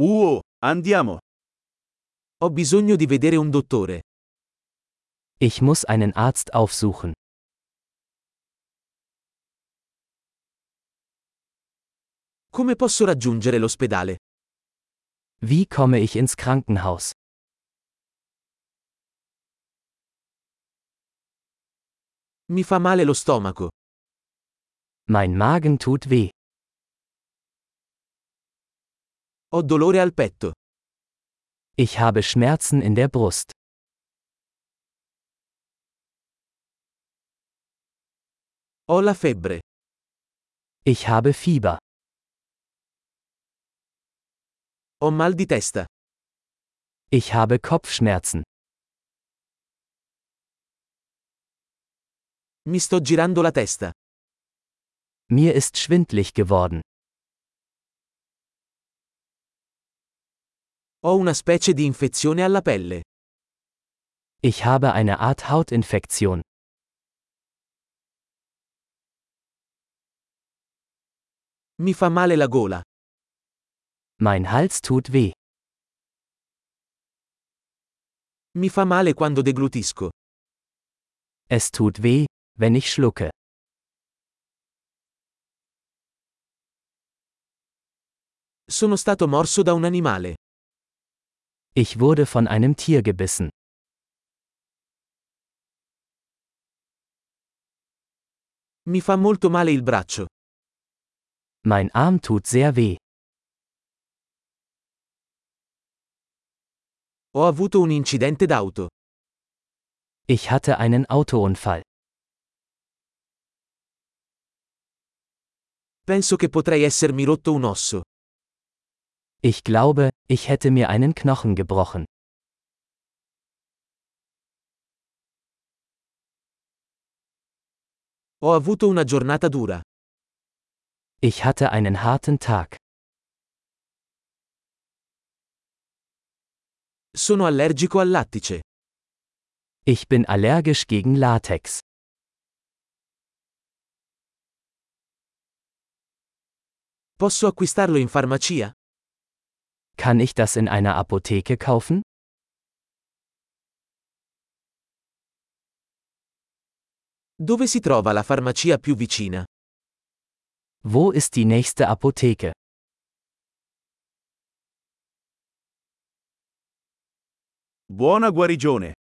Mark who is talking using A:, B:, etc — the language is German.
A: Uh, andiamo. Ho bisogno di vedere un dottore.
B: Ich muss einen Arzt aufsuchen.
A: Come posso raggiungere l'ospedale?
B: Wie komme ich ins Krankenhaus?
A: Mi fa male lo stomaco.
B: Mein Magen tut weh.
A: Ho dolore al petto.
B: Ich habe Schmerzen in der Brust.
A: Ho la febbre.
B: Ich habe Fieber.
A: Ho mal di testa.
B: Ich habe Kopfschmerzen.
A: Mi sto girando la testa.
B: Mir ist schwindlig geworden.
A: Ho una specie di infezione alla pelle.
B: Ich habe eine Art Hautinfektion.
A: Mi fa male la gola.
B: Mein Hals tut weh.
A: Mi fa male quando deglutisco.
B: Es tut weh, wenn ich schlucke.
A: Sono stato morso da un animale.
B: Ich wurde von einem Tier gebissen.
A: Mi fa molto male il braccio.
B: Mein Arm tut sehr weh.
A: Ho avuto un incidente d'auto.
B: Ich hatte einen Autounfall.
A: Penso che potrei essermi rotto un osso.
B: Ich glaube, ich hätte mir einen Knochen gebrochen.
A: Ho avuto una giornata dura.
B: Ich hatte einen harten Tag.
A: Sono allergico al lattice.
B: Ich bin allergisch gegen Latex.
A: Posso acquistarlo in farmacia?
B: Kann ich das in einer Apotheke kaufen?
A: Dove si trova la farmacia più vicina?
B: Wo ist die nächste Apotheke?
A: Buona guarigione!